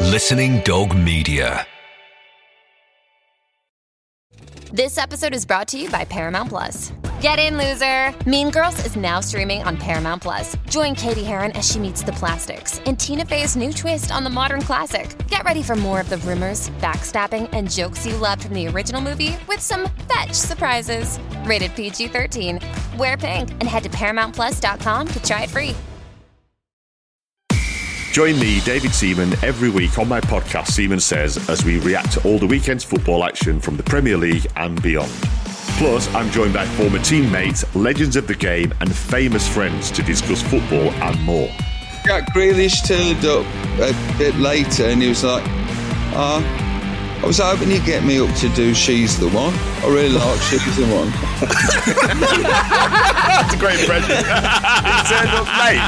Listening Dog Media. This episode is brought to you by Paramount Plus. Get in, loser! Mean Girls is now streaming on Paramount Plus. Join Katie Heron as she meets the plastics and Tina Fey's new twist on the modern classic. Get ready for more of the rumors, backstabbing, and jokes you loved from the original movie with some fetch surprises. Rated PG 13. Wear pink and head to ParamountPlus.com to try it free. Join me, David Seaman, every week on my podcast, Seaman Says, as we react to all the weekend's football action from the Premier League and beyond. Plus, I'm joined by former teammates, legends of the game, and famous friends to discuss football and more. Jack Grealish turned up a bit later and he was like, "Ah, I was hoping he'd get me up to do She's the One. I really like She's the One. That's a great impression. he turned up late.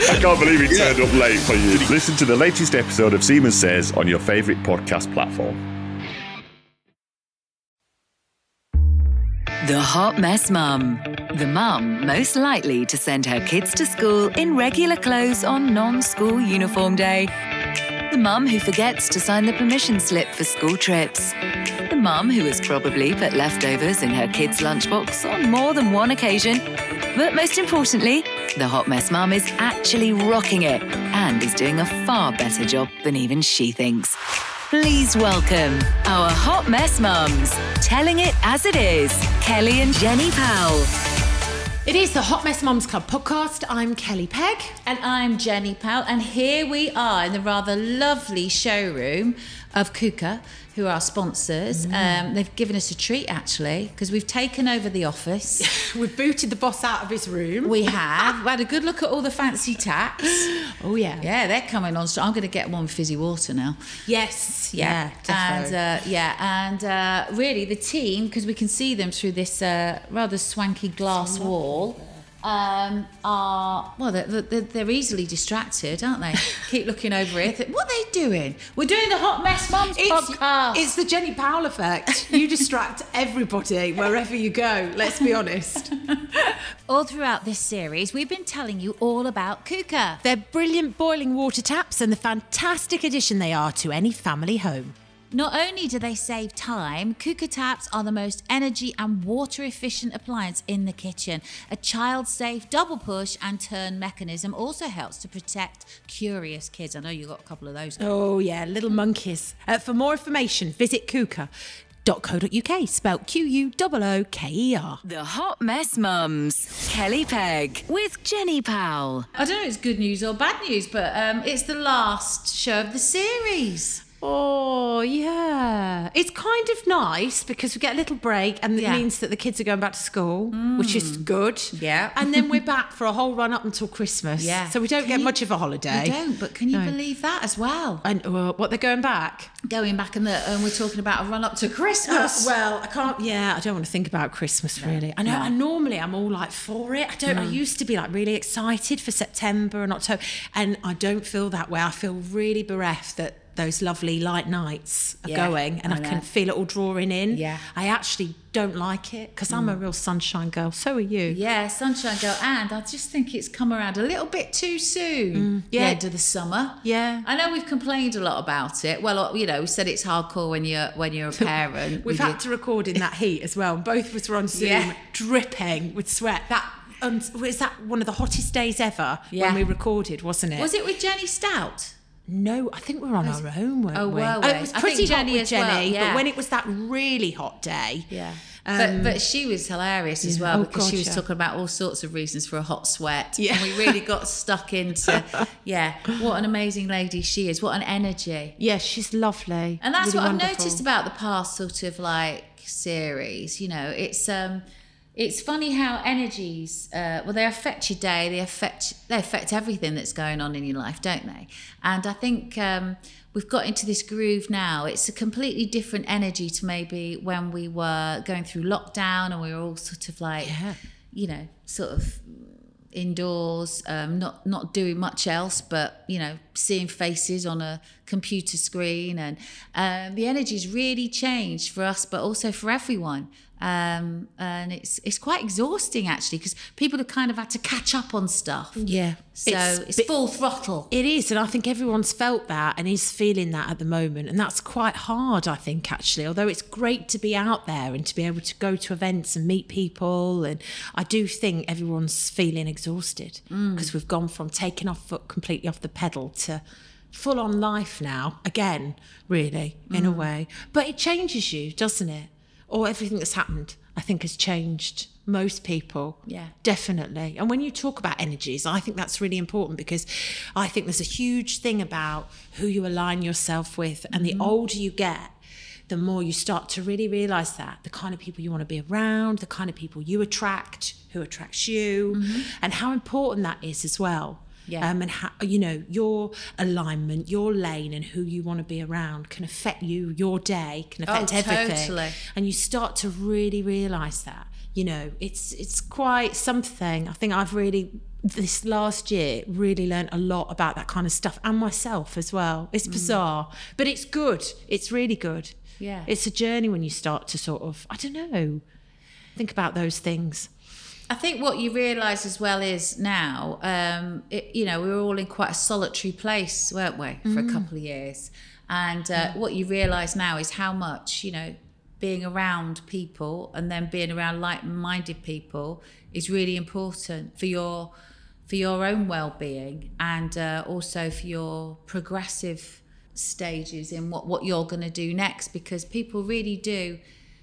I can't believe he turned up late for you. Listen to the latest episode of Seaman Says on your favourite podcast platform. The Hot Mess Mum. The mum most likely to send her kids to school in regular clothes on non school uniform day. The mum who forgets to sign the permission slip for school trips. The mum who has probably put leftovers in her kids' lunchbox on more than one occasion. But most importantly, the Hot Mess Mum is actually rocking it and is doing a far better job than even she thinks. Please welcome our Hot Mess Mums, telling it as it is, Kelly and Jenny Powell. It is the Hot Mess Mums Club podcast. I'm Kelly Pegg. And I'm Jenny Powell, and here we are in the rather lovely showroom of Kuka, who are our sponsors. Um, they've given us a treat actually, because we've taken over the office. We've booted the boss out of his room. we have. We had a good look at all the fancy tacks. oh, yeah. Yeah, they're coming on. strong. I'm going to get one with fizzy water now. Yes. Yeah, and uh, yeah, and uh, really the team because we can see them through this uh, rather swanky glass wall. Um, are well, they're, they're, they're easily distracted, aren't they? Keep looking over here. Think, what are they doing? We're doing the Hot Mess Mums it's, podcast. it's the Jenny Powell effect. You distract everybody wherever you go, let's be honest. all throughout this series, we've been telling you all about Kuka. They're brilliant boiling water taps and the fantastic addition they are to any family home. Not only do they save time, Kuka taps are the most energy and water efficient appliance in the kitchen. A child safe double push and turn mechanism also helps to protect curious kids. I know you got a couple of those. Oh, yeah, little monkeys. Uh, for more information, visit kuka.co.uk, spelled Q U O O K E R. The Hot Mess Mums, Kelly Pegg with Jenny Powell. I don't know if it's good news or bad news, but um, it's the last show of the series. Oh, yeah. It's kind of nice because we get a little break and Yeah. Mm. it means that the kids are going back to school, which is good. Yeah. And then we're back for a whole run up until Christmas. Yeah. So we don't Can get you- much of a holiday. We don't, but can you believe that as well? And uh, what, they're going back? Going back and the, um, we're talking about a run up to Christmas. well, I can't. Yeah, I don't want to think about Christmas really. I know. I normally I'm all like for it. I don't. Mm. I used to be like really excited for September and October, and I don't feel that way. I feel really bereft that those lovely light nights are Yeah, going, and I, I know. can feel it all drawing in. Yeah. Mm. I actually don't like it because I'm a real sunshine girl. So are you. Yeah, Sunshine Girl. And I just think it's come around a little bit too soon. Mm, yeah. The end of the summer. Yeah. I know we've complained a lot about it. Well, uh, you know, we said it's hardcore when you're when you're a parent. We've with your had to record in that heat as well. and Both of us were on Zoom, Yeah. dripping with sweat. That um, was that one of the hottest days ever Yeah. when we recorded, wasn't it? Was it with Jenny Stout? No, I think we were on our own, weren't Oh, we? were it we? was I think pretty hot Jenny with as Jenny, well, yeah. but when it was that really hot day, but, but she was hilarious as well Oh, because God, she was Um, yeah. talking about all sorts of reasons for a hot sweat. Yeah. And we really got stuck into, yeah, what an amazing lady she is. What an energy. yeah, she's lovely, And that's Really what wonderful. I've noticed about the past sort of like series. You know, it's um, it's funny how energies uh, well they affect your day. They affect they affect everything that's going on in your life, don't they? And I think um, we've got into this groove now. It's a completely different energy to maybe when we were going through lockdown and we were all sort of like, you know, sort of indoors, um, not not doing much else, but you know, seeing faces on a computer screen, and um, the energy's really changed for us, but also for everyone. Um, and it's it's quite exhausting actually because people have kind of had to catch up on stuff. Yeah. So Mm-hmm. it's, full throttle. It is, and I think everyone's felt that and is feeling that at the moment, and that's quite hard, I think, actually. Although it's great to be out there and to be able to go to events and meet people, and I do think everyone's feeling exhausted because we've gone from taking our foot completely off the pedal to full on life now again, really, in a way. But it changes you, doesn't it? Or everything that's happened, I think, has changed most people. Yeah. Definitely. And when you talk about energies, I think that's really important because I think there's a huge thing about who you align yourself with. And Mm-hmm. the older you get, the more you start to really realize that the kind of people you want to be around, the kind of people you attract, who attracts you, and how important that is as well. Mm-hmm. Yeah. Um, and how, you know, your alignment, your lane, and who you want to be around can affect you, your day, can affect everything Oh, totally. and you start to really realize that you know it's it's quite something i think i've really this last year really learned a lot about that kind of stuff and myself as well it's bizarre but it's good it's really good Yeah. it's a journey when you start to sort of i don't know think about those things I think what you realise as well is now, um, it, you know, we were all in quite a solitary place, weren't we, for a couple of years? And uh, what you realise now is how much, you know, being around people and then being around like-minded people is really important for your for your own well-being and uh, also for your progressive stages in what what you're going to do next because people really do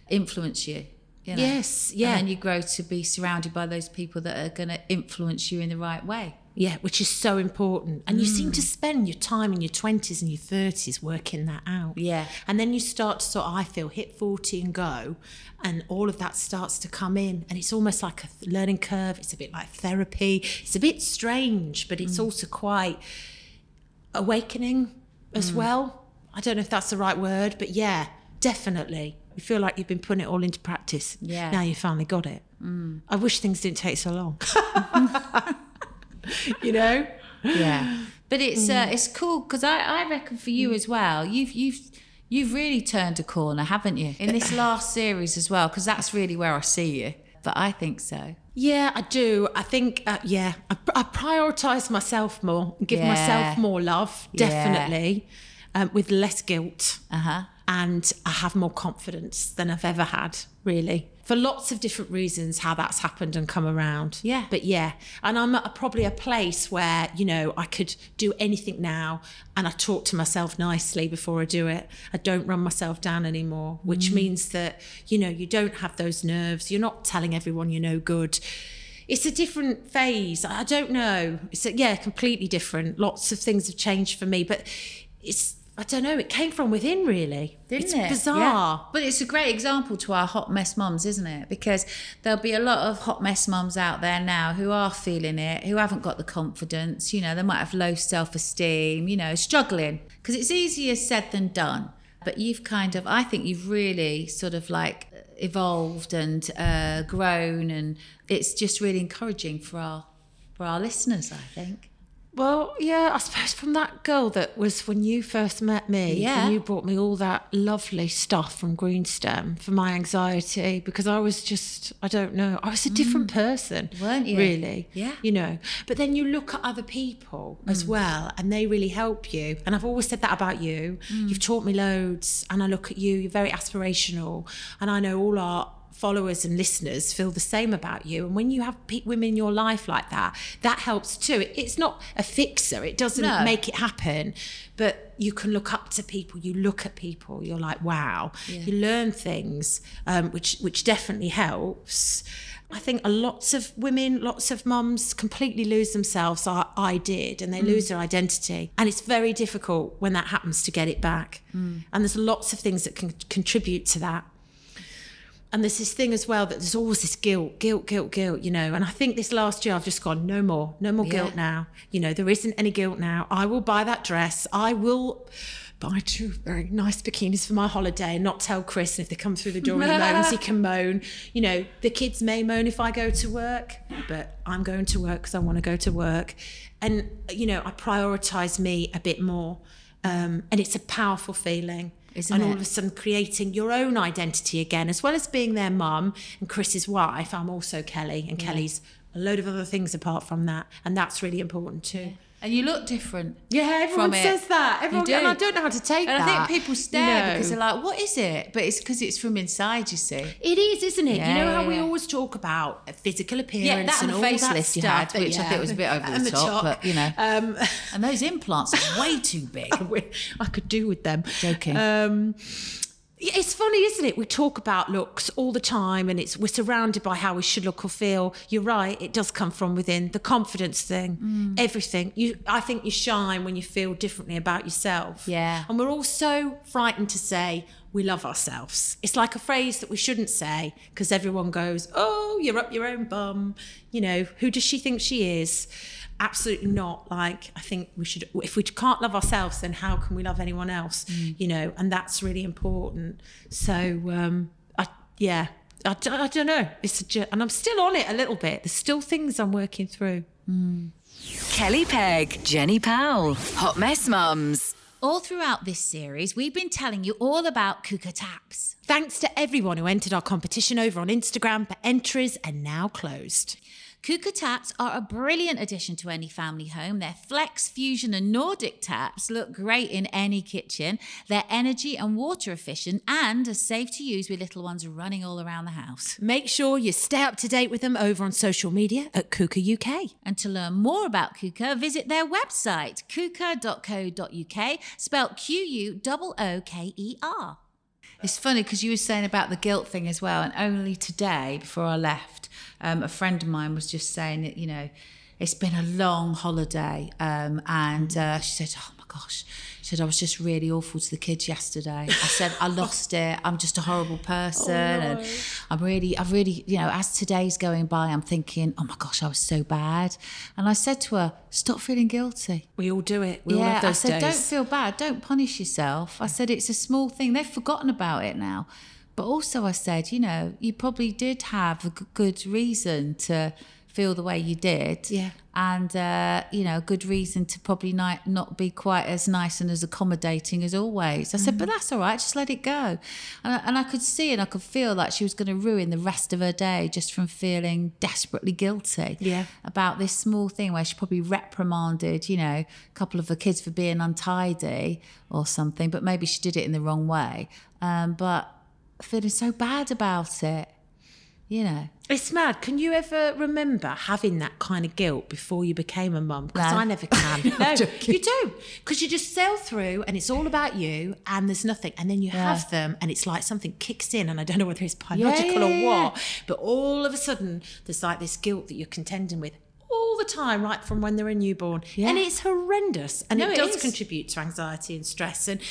influence you. you know? Yes, yeah. And then you grow to be surrounded by those people that are going to influence you in the right way. yeah which is so important and you seem to Mm. spend your time in your 20s and your 30s working that out Yeah. And then you start to sort of, I feel, hit 40 and go, and all of that starts to come in. And it's almost like a th- learning curve. It's a bit like therapy. It's a bit strange, but Mm. it's also quite awakening as Mm. well. I don't know if that's the right word, but yeah, definitely. You feel like you've been putting it all into practice. Yeah. Mm. Now you finally got it. I wish things didn't take so long. you know? Yeah. But it's uh, it's cool because I, I reckon for you as well, you've you've you've really turned a corner, haven't you? In this last series as well, because that's really where I see you. But I think so. Yeah, I do. I think, uh, yeah, I, I prioritize myself more, give Yeah. myself more love, Yeah. definitely, um, with less guilt. Uh huh. And I have more confidence than I've ever had, really, for lots of different reasons, how that's happened and come around. Yeah. But yeah, and I'm at a, probably a place where, you know, I could do anything now and I talk to myself nicely before I do it. I don't run myself down anymore, Mm. which means that, you know, you don't have those nerves. You're not telling everyone you're no good. It's a different phase. I I don't know. It's a, yeah, completely different. Lots of things have changed for me, but it's I don't know. It came from within, really. didn't it's it? bizarre. Yeah. But it's a great example to our hot mess mums, isn't it? Because there'll be a lot of hot mess mums out there now who are feeling it, who haven't got the confidence, you know, they might have low self esteem, you know, struggling. Because it's easier said than done. But you've kind of, I think you've really sort of like evolved and uh, grown, and it's just really encouraging for our for our listeners, I think. Well, yeah, I suppose from that girl that was when you first met me, Yeah. and you brought me all that lovely stuff from Greenstem for my anxiety because I was just, I don't know, I was a different person, Mm. Weren't you? Really, Yeah. you know. But then you look at other people as well, and they really help you. And I've always said that about you. You've taught me loads, and I look at you. You're very aspirational, and I know all our followers and listeners feel the same about you. And when you have pe- women in your life like that, that helps too. It- It's not a fixer. It doesn't No. make it happen, but you can look up to people. You look at people. You're like, wow. You learn things, um, which which definitely helps. I think a lots of women, lots of mums completely lose themselves. I, I did, and they lose their identity. And it's very difficult when that happens to get it back. And there's lots of things that can contribute to that and there's this thing as well that there's always this guilt, guilt, guilt, guilt, you know. And I think this last year I've just gone, no more, no more guilt now. You know, there isn't any guilt now. I will buy that dress. I will buy two very nice bikinis for my holiday and not tell Chris. And if they come through the door and he moans, he can moan. You know, the kids may moan if I go to work, but I'm going to work because I want to go to work. And, you know, I prioritize me a bit more. Um, and it's a powerful feeling. Isn't and it? all of a sudden creating your own identity again, as well as being their mum and Chris's wife. I'm also Kelly, and Kelly's a load of other things apart from that, and that's really important too. And you look different. Yeah, everyone from it. says that. You Everyone, and I don't know how to take And that. I think people you stare know. because they're like, "What is it?" But it's because it's from inside. You see. It is, isn't it? Yeah, you know yeah, how we yeah. always talk about physical appearance Yeah, that and and the all that facelift stuff, you had, but which I yeah. think was a bit over And the top, but you know. um, And those implants are way too big. I could do with them. Joking. Um, yeah, it's funny, isn't it? We talk about looks all the time, and it's we're surrounded by how we should look or feel. You're right; it does come from within. The confidence thing, Mm. everything. You, I think you shine when you feel differently about yourself. Yeah. and we're all so frightened to say we love ourselves. It's like a phrase that we shouldn't say because everyone goes, "Oh, you're up your own bum." You know, who does she think she is? Absolutely not. Like, I think we should. If we can't love ourselves, then how can we love anyone else? You know, and that's really important. So, um, I yeah, I, d- I don't know. It's a, jour- and I'm still on it a little bit. There's still things I'm working through. Kelly Pegg, Jenny Powell, Hot Mess Mums. All throughout this series, we've been telling you all about Kuka Taps. Thanks to everyone who entered our competition over on Instagram, but entries are now closed. Kuka taps are a brilliant addition to any family home. Their flex, fusion, and Nordic taps look great in any kitchen. They're energy and water efficient and are safe to use with little ones running all around the house. Make sure you stay up to date with them over on social media at Kuka UK. And to learn more about Kuka, visit their website, kuka.co.uk, spelled Q U O O K E R. It's funny because you were saying about the guilt thing as well. And only today, before I left, um, a friend of mine was just saying that, you know, it's been a long holiday. Um, and uh, she said, Oh my gosh. She said, I was just really awful to the kids yesterday. I said, I lost it. I'm just a horrible person. And I'm really, I've really, you know, as today's going by, I'm thinking, Oh my gosh, I was so bad. And I said to her, Stop feeling guilty We all do it. We all have those I days. said, don't feel bad. Don't punish yourself. I said, it's a small thing. They've forgotten about it now. But also, I said, you know, you probably did have a g- good reason to feel the way you did. Yeah. And, uh, you know, a good reason to probably not, not be quite as nice and as accommodating as always. I said, but Mm-hmm. that's all right. Just let it go. And I, and I could see and I could feel like she was going to ruin the rest of her day just from feeling desperately guilty Yeah. about this small thing where she probably reprimanded, you know, a couple of her kids for being untidy or something, but maybe she did it in the wrong way. Um, but feeling so bad about it, you know. it's mad. Can you ever remember having that kind of guilt before you became a mum? Because No. I never can. I'm no, joking. you do. Because you just sail through and it's all about you and there's nothing. And then you have them and it's like something kicks in and I don't know whether it's biological yeah, or yeah. what. But all of a sudden, there's like this guilt that you're contending with all the time, right from when they're a newborn. And it's horrendous. And No, it it does is. contribute to anxiety and stress. And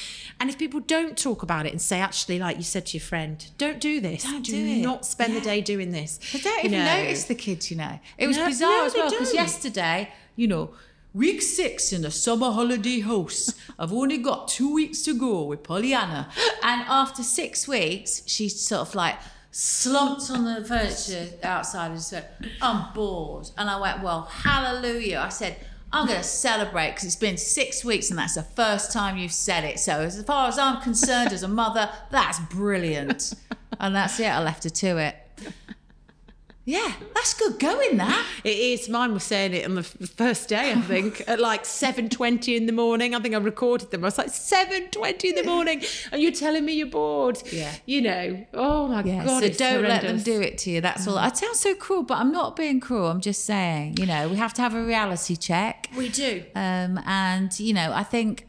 and if people don't talk about it and say, actually, like you said to your friend, don't do this. Don't do do it. not spend the day doing this. I don't You even know. notice the kids, you know. It was No- bizarre no, as they well because don't. yesterday, you know, week six in the summer holiday house. I've only got two weeks to go with Pollyanna. And after six weeks, she sort of like slumped on the furniture outside and said, I'm bored. And I went, Well, hallelujah. I said, I'm going to celebrate because it's been six weeks and that's the first time you've said it. So, as far as I'm concerned as a mother, that's brilliant. And that's it. I left her to it. Yeah, that's good going. That It is. Mine was saying it on the f- first day, I think, at like seven twenty in the morning. I think I recorded them. I was like seven twenty in the morning, and you're telling me you're bored. Yeah. You know. Oh my yeah. god. so it's don't let them horrendous. Mm. do it to you. That's all. I sound so cruel, but I'm not being cruel. I'm just saying, you know, we have to have a reality check. We do. Um, and you know, I think,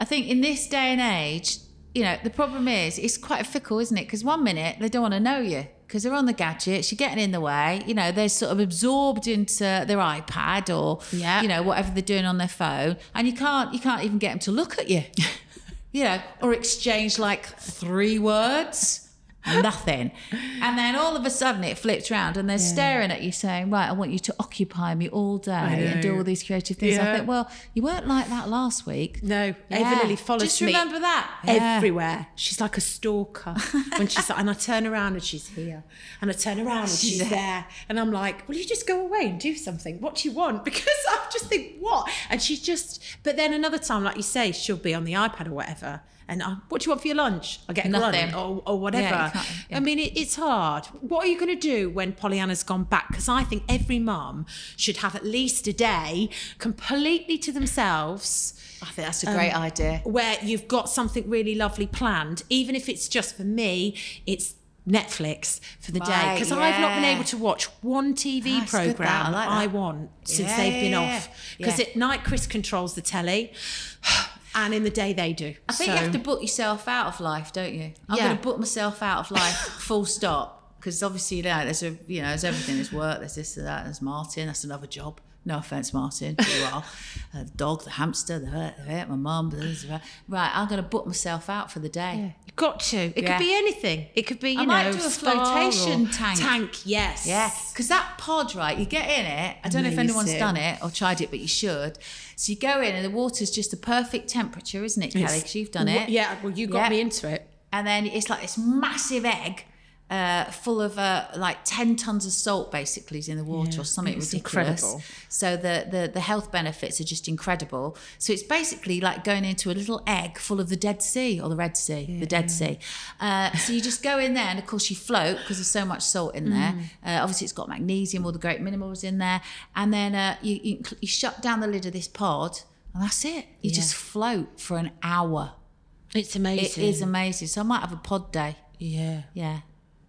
I think in this day and age, you know, the problem is it's quite fickle, isn't it? Because one minute they don't want to know you because they're on the gadgets, you're getting in the way. You know, they're sort of absorbed into their iPad or Yeah. you know whatever they're doing on their phone, and you can't you can't even get them to look at you. you know, or exchange like three words, nothing. And then all of a sudden it flips round and they're staring at you saying, Right, I want you to occupy me all day and do all these creative things. I Yeah. think, Well, you weren't like that last week. No, Yeah. Ava Lily follows Just me. remember that. Yeah. Everywhere. She's like a stalker. when she's like, and I turn around and she's here. And I turn around and she's, there. And I'm like, will you just go away and do something? What do you want? Because I just think, what? And she's just, but then another time, like you say, she'll be on the iPad or whatever. and I, what do you want for your lunch? I get a Nothing. Nothing. or, or whatever. Yeah, you can't- yeah. I mean, it, it's hard. What are you going to do when Pollyanna's gone back? Because I think every mum should have at least a day completely to themselves I think that's a great idea. Um, where you've got something really lovely planned, even if it's just for me, it's Netflix for the day Right, because I've not been yeah. able to watch one TV That's good, that. program I like that. I want since Yeah, they've been yeah, yeah. off because Yeah. at night Chris controls the telly, and in the day they do. I think you have to book yourself out of life, don't you? I'm Yeah. going to book myself out of life, full stop. Because obviously, you know, there's a you know, there's everything. There's work. There's this. There's that. There's Martin. That's another job. No offense, Martin. But you are uh, the dog, the hamster, the hurt, the hurt, my mum. blah, blah, blah. Right, I'm going to book myself out for the day. You've got to. It Yeah. could be anything. It could be you I know might do a spa flotation or- tank. Tank, yes. Yeah, because that pod, right, you get in it. I don't know if anyone's Amazing. done it or tried it, but you should. So you go in, and the water's just the perfect temperature, isn't it, Kelly? It's- Because you've done it. Yeah. Well, you got Yeah. me into it. and then it's like this massive egg uh, full of uh, like 10 tons of salt basically is in the water or something it's ridiculous incredible. so the, the the health benefits are just incredible so it's basically like going into a little egg full of the dead sea or the red sea the dead sea uh, so you just go in there and of course you float because there's so much salt in there Mm. uh, obviously it's got magnesium all the great minerals in there and then uh, you, you you shut down the lid of this pod and that's it you just float for an hour It's it amazing. is amazing. So I might have a pod day. Yeah. Yeah.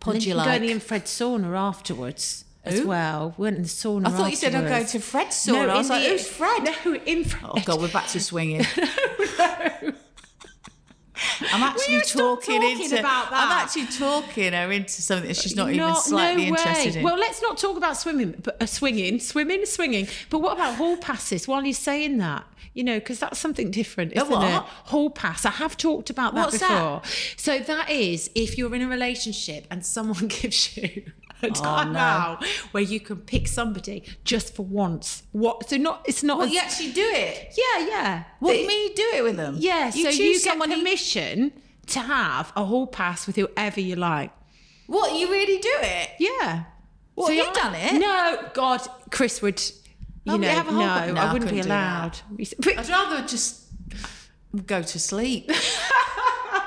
And Pod then you can like. go in the Infrared sauna afterwards as Who? well. We went in the sauna. I thought you said I'd go afterwards. to Fred's sauna. I was in like, the- who's Fred? No, Infrared. Oh, God, we're back to swinging. I'm actually you stop talking, talking into. about that? I'm actually talking her into something that she's not, even Not- slightly no interested way. in. Well, let's not talk about swimming, but uh, swinging, swimming, swinging. But what about hall passes? While you're saying that, you know, because that's something different, isn't what? it? Hall pass. I have talked about that What's before. that? So that is if you're in a relationship and someone gives you. A time Oh, no. out where you can pick somebody just for once. What? So not. It's not. Well, as- you actually do it. yeah, yeah. What But- do you mean you do it with them? Yeah, you so choose you get someone. you- permission to have a hall pass with whoever you like. what you really do it? Yeah. What, So have you I- done it? No, God, Chris would. You Oh, we know, have a whole- no, No, I I wouldn't be couldn't do that. allowed. But- I'd rather just go to sleep.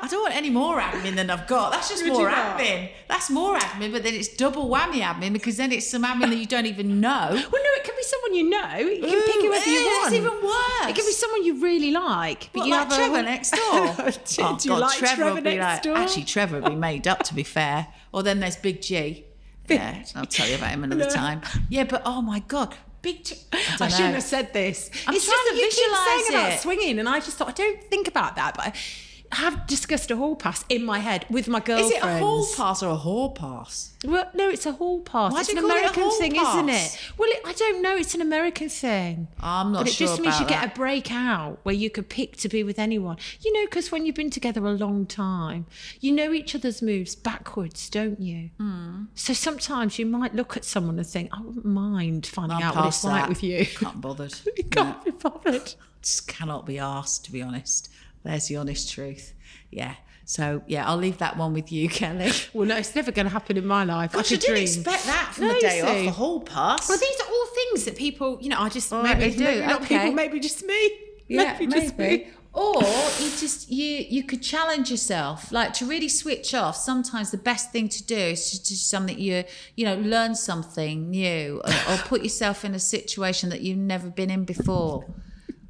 I don't want any more admin than I've got. That's just Would more you not? admin. That's more admin, but then it's double whammy admin because then it's some admin that you don't even know. well, no, it could be someone you know. You can pick Ooh, whoever you eh, want. That's even worse. It could be someone you really like, but What, you like have Trevor a, next door. oh, do you like Trevor would be next door? Actually, Trevor would be made up, to be fair. Or then there's Big G. Yeah, I'll tell you about him another No. time. Yeah, but oh my God, Big G. I, I, don't shouldn't know. have said this. I'm it's trying just to that you keep saying visualise about it. swinging, and I just thought I don't think about that, but I have discussed a hall pass in my head with my Is girlfriend. it a hall pass or a whore pass? Well, no, it's a hall pass. Why it's do an you call it a American hall thing, isn't pass? it? Well, it, I don't know. It's an American thing. I'm not but it sure just means about you that. get a break out where you could pick to be with anyone. You know, because when you've been together a long time, you know each other's moves backwards, don't you? So sometimes you might look at someone and think, I wouldn't mind finding I'm out what past it's like that. with you. Can't bothered. you can't be bothered. just cannot be asked, to be honest. There's the honest truth. Yeah. So yeah, I'll leave that one with you, Kelly. Well, no, it's never going to happen in my life. I could dream. that No, you see. whole pass. Well, these are all things that people, you know, I just All right, maybe, they do, maybe not okay. people, maybe just me. yeah, maybe. just me. Or you just you you could challenge yourself, like to really switch off. Sometimes the best thing to do is to do something you you know learn something new, or, or put yourself in a situation that you've never been in before.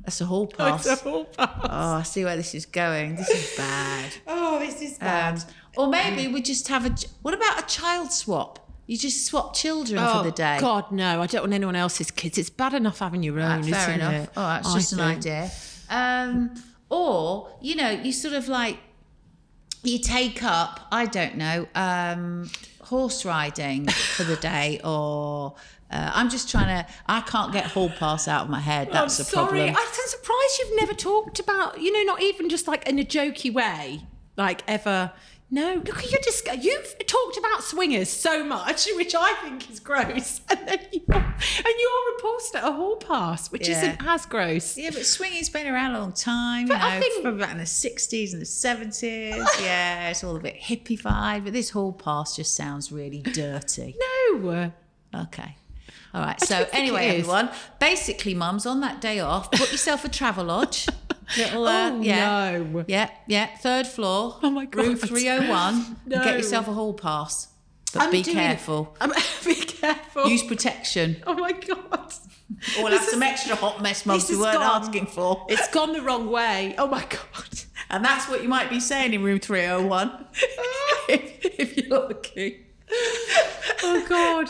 That's a whole pass. Oh, I see where this is going. This is bad. Oh, this is Um, or maybe we just have a. What about a child swap? You just swap children for the day. God, no! I don't want anyone else's kids. It's bad enough having your Ah, own. fair isn't enough. It? Oh, that's I just an think. idea. Um, or you know, you sort of like you take up. I don't know. Um, horse riding for the day, or uh, I'm just trying to. I can't get hall pass out of my head. That's I'm a sorry. problem. I'm surprised you've never talked about. You know, not even just like in a jokey way, like ever. No, look at your disc. You've talked about swingers so much, which I think is gross, and then you're, and you're repulsed at a hall pass, which Yeah. isn't as gross. Yeah, but swinging's been around a long time. But you know, I think- from about in the sixties and the seventies. yeah, it's all a bit hippie vibe. But this whole past just sounds really dirty. No. Okay. All right. So don't think anyway, it is. everyone, basically, mums, on that day off, put yourself a travel lodge. Little, uh, Oh, yeah. no. Yeah, yeah. Third floor. Oh, my Room God. 301. No. Get yourself a hall pass. But I'm be doing it. careful. I'm, be careful. Use protection. oh my god. Or we'll This have some is- extra hot mess this mugs we has weren't gone- asking for. It's gone the wrong way. Oh my god. And that's what you might be saying in room 301 if, if you're looking. Oh god.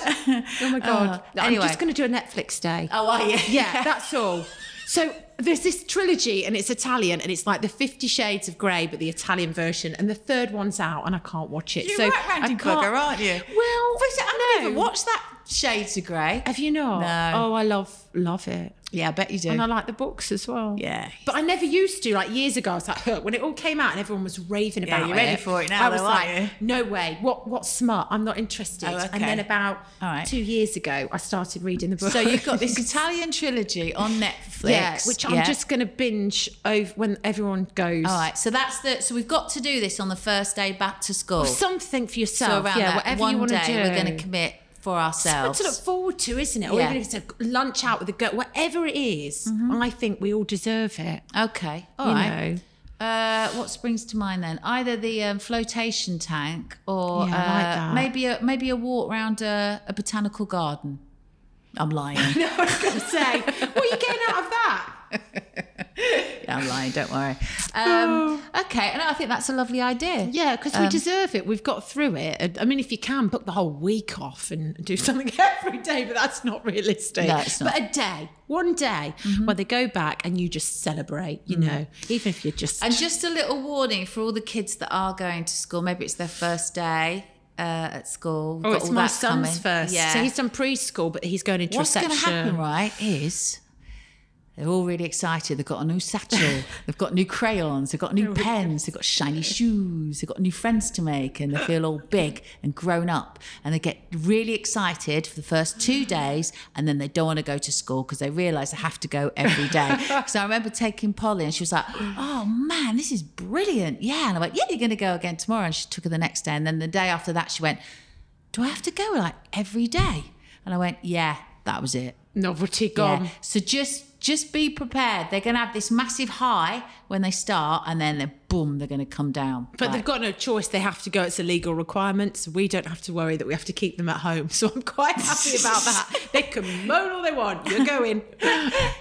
Oh my god. Uh, anyway. I'm just going to do a Netflix day. Oh, are you? Yeah, that's all. So there's this trilogy and it's Italian and it's like the Fifty Shades of Grey, but the Italian version. And the third one's out and I can't watch it. You're so right, Randy I can't- Bugger, aren't you? Well, I no. never watched that Shades of Grey. Have you not? No. Oh, I love love it. Yeah, I bet you do. And I like the books as well. Yeah. But I never used to. Like years ago, I was like, huh, when it all came out and everyone was raving Yeah, about you're it. ready for it now, I was though, like, aren't you? no way. What what smart? I'm not interested. Oh, okay. And then about All right. two years ago, I started reading the book. so you've got this Italian trilogy on Netflix. Yeah, which I'm Yeah. just going to binge over when everyone goes. All right, so that's the. So we've got to do this on the first day back to school. Something for so yourself. around yeah, that whatever one you want day, do. we're going to commit for Something ourselves. to look forward to, isn't it? Or Yeah. even if it's a lunch out with a girl, whatever it is, I think we all deserve it. Okay, all you right. know. Uh, what springs to mind then? Either the um, flotation tank, or Yeah, I like uh, that. maybe a maybe a walk round a, a botanical garden. I'm lying. I was going to say, what are you getting out of that? Yeah, I'm lying. Don't worry. Um, okay, and I think that's a lovely idea. Oh. Yeah, because Um, we deserve it. We've got through it. And, I mean, if you can, book the whole week off and do something every day, but that's not realistic. No, it's not. Mm-hmm. But a day, one day, where they go back and you just celebrate, Mm. you know, even if you're just. And just a little warning for all the kids that are going to school. Maybe it's their first day uh, at school. We've Oh, got it's all my that son's coming. first. Yeah. So he's done preschool, but he's going into What's going to reception. happen, right, is they're all really excited. They've got a new satchel. they've got new crayons. They've got new pens. They've got shiny shoes. They've got new friends to make, and they feel all big and grown up. And they get really excited for the first two days, and then they don't want to go to school because they realise they have to go every day. Because I remember taking Polly, and she was like, "Oh man, this is brilliant, yeah." And I went, "Yeah, you're going to go again tomorrow." And she took her the next day, and then the day after that, she went do I have to go like every day? And I went, yeah, that was it. Novelty gone. Yeah. So just just be prepared. They're going to have this massive high when they start, and then they're boom, they're going to come down. But Like, they've got no choice. They have to go. It's a legal requirement. So we don't have to worry that we have to keep them at home. So I'm quite happy about that. they can moan all they want. You're going.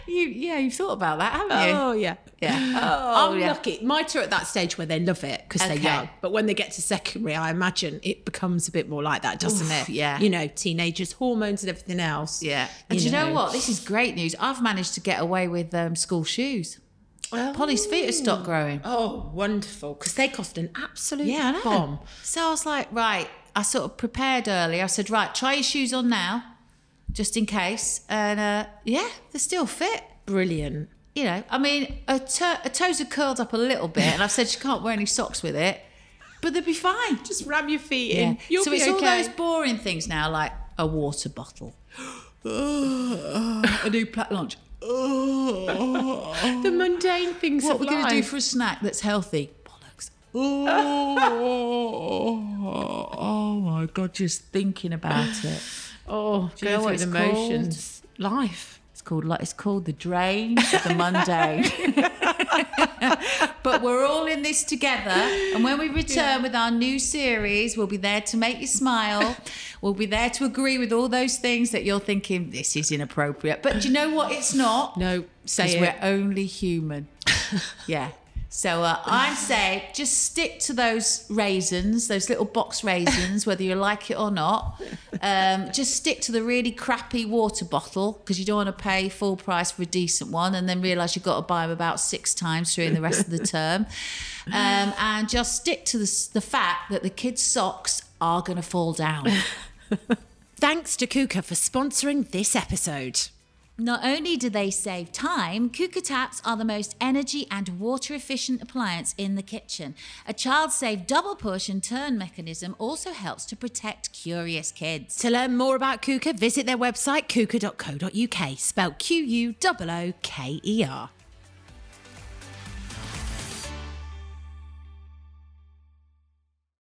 you, yeah, you've thought about that, haven't you? Oh, yeah. yeah. Oh, I'm yeah. lucky. My two are at that stage where they love it because Okay. they're young. But when they get to secondary, I imagine it becomes a bit more like that, doesn't it? Oof, yeah. You know, teenagers, hormones, and everything else. Yeah. And you know. what? This is great news. I've managed to get away with um, school shoes. Polly's feet have stopped growing. Oh, wonderful. Because they cost an absolute Yeah, I know. bomb. So I was like, right, I sort of prepared early. I said, right, try your shoes on now, just in case. And uh, yeah, they're still fit. Brilliant. You know, I mean, her, to- her toes are curled up a little bit, and I've said she can't wear any socks with it, but they'll be fine. Just ram your feet Yeah. in. You'll so be it's okay. all those boring things now, like a water bottle, a new plat lunch. the mundane things What of we're life. going to do for a snack that's healthy? Bollocks. Oh, oh my god! Just thinking about it. oh, you know go what through the it's called? motions. Life. It's called like it's called the drain of the mundane. but we're all in this together, and when we return with our new series, we'll be there to make you smile. We'll be there to agree with all those things that you're thinking this is inappropriate. But do you know what? It's not. No, say it. because we're only human. yeah. So uh, I say, just stick to those raisins, those little box raisins, whether you like it or not. Um, just stick to the really crappy water bottle because you don't want to pay full price for a decent one, and then realise you've got to buy them about six times during the rest of the term. Um, and just stick to the, s- the fact that the kids' socks are going to fall down. Thanks to Kuka for sponsoring this episode. Not only do they save time, Kuka taps are the most energy and water efficient appliance in the kitchen. A child safe double push and turn mechanism also helps to protect curious kids. To learn more about Kuka, visit their website kuka.co.uk, spelled Q U O O K E R.